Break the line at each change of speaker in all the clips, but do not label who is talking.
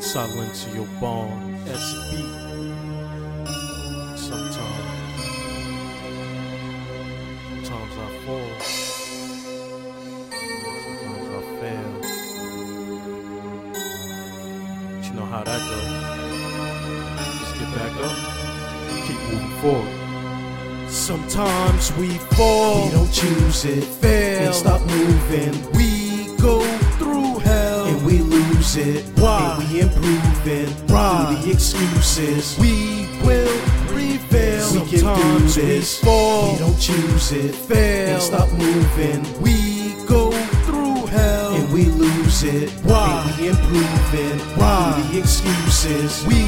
silence your bomb SB sometimes sometimes I fall sometimes I fail but you know how that goes just get back up keep moving forward sometimes we fall
We don't choose it.
fail
And stop moving.
we go through hell
And we lose it.
Why?
And we improving.
Why?
Through the excuses.
We will prevail.
We can do
Sometimes we
this.
fall,
We don't choose it.
fail.
And stop moving.
We go through hell.
And we lose it.
Why?
And we improving.
Why?
Through the excuses.
we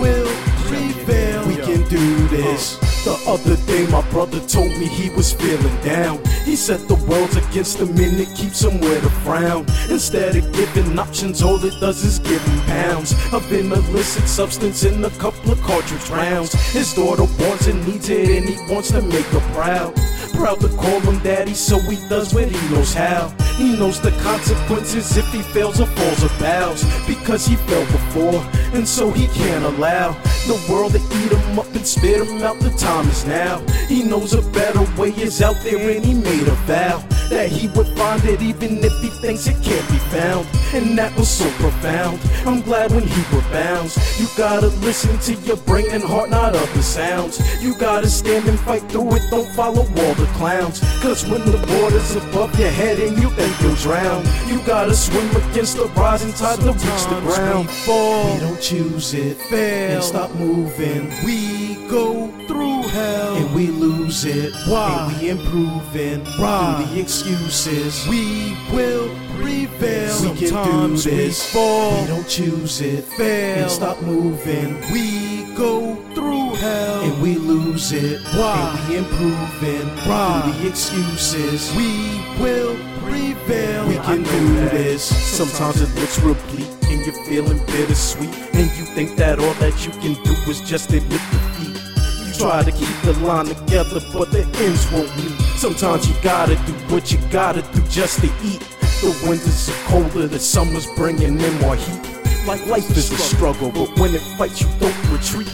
will prevail.
We can do this. The other day, my brother told me he was feeling down. He said the world's against him and it keeps him with a frown. Instead of giving options, all it does is give him pounds of an illicit substance in a couple of cartridge rounds. His daughter wants and needs it, and he wants to make her proud. Proud to call him daddy, so he does what he knows how. He knows the consequences if he fails or falls or bows because he fell before, and so he can't allow the world to eat him up and spit him out. The time is now. He knows a better way is out there, and he made a vow that he would find it even if he thinks it can't be found. And that was so profound. I'm glad when he rebounds. You gotta listen to your brain and heart, not other sounds. You gotta stand and fight through it, don't follow all the clowns. Cause when the water's above your head and you think you'll drown, you gotta swim against the rising tide to reach the
Sometimes
ground.
we fall,
We don't choose it,
Fail.
and stop moving,
we go through hell.
and we lose it.
Why?
And we improving
Why?
through the excuses.
we will prevail.
We can do
Sometimes we
this.
fall,
We don't choose it,
Fail.
and stop moving,
we go through hell.
and we lose it.
Why?
And we improving
Why?
through the excuses.
we will prevail.
We
I
can
know
do
that.
this. Sometimes it looks real bleak and you're feeling bittersweet. And you think that all that you can do is just admit defeat. You try to keep the line together, but the ends won't meet. Sometimes you gotta do what you gotta do just to eat. The winters are colder, the summer's bringing in more heat. Like life is a struggle, but when it fights, you don't retreat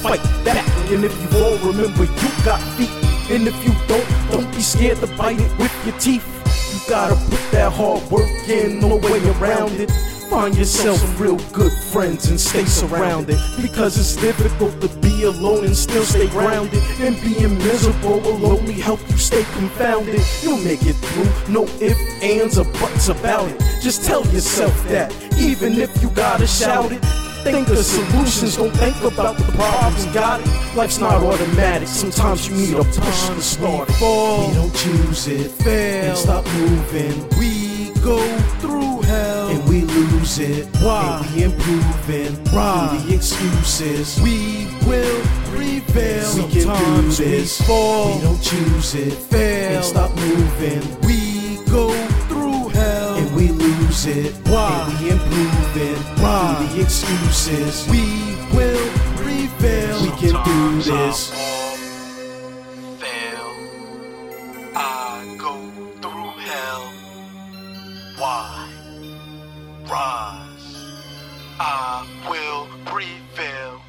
fight back. And if you all remember, you got feet. And if you don't, don't be scared to bite it with your teeth. You gotta put that hard work in, no way around it. Find yourself some real good friends and stay surrounded. Because it's difficult to be alone and still stay grounded. And being miserable will only help you stay confounded. You'll make it through, no ifs, ands, or buts about it. Just tell yourself that, even if you gotta shout it. Think of solutions, don't think about the problems. Got it? Life's not automatic. Sometimes you need a push to start. it.
fall.
We don't choose it,
Fail.
and stop moving,
We go through hell.
and we lose it.
Why?
And we improving
Why?
through the excuses.
We will prevail.
We can do
Sometimes we
this.
fall.
We don't choose it,
Fail.
and stop moving,
We go through hell.
and we lose it.
Why?
And we improving
Why?
through the excuses.
we will prevail.
We can do
Sometimes I
this.
fall, fail. I go through hell. Why? Rise. I will prevail.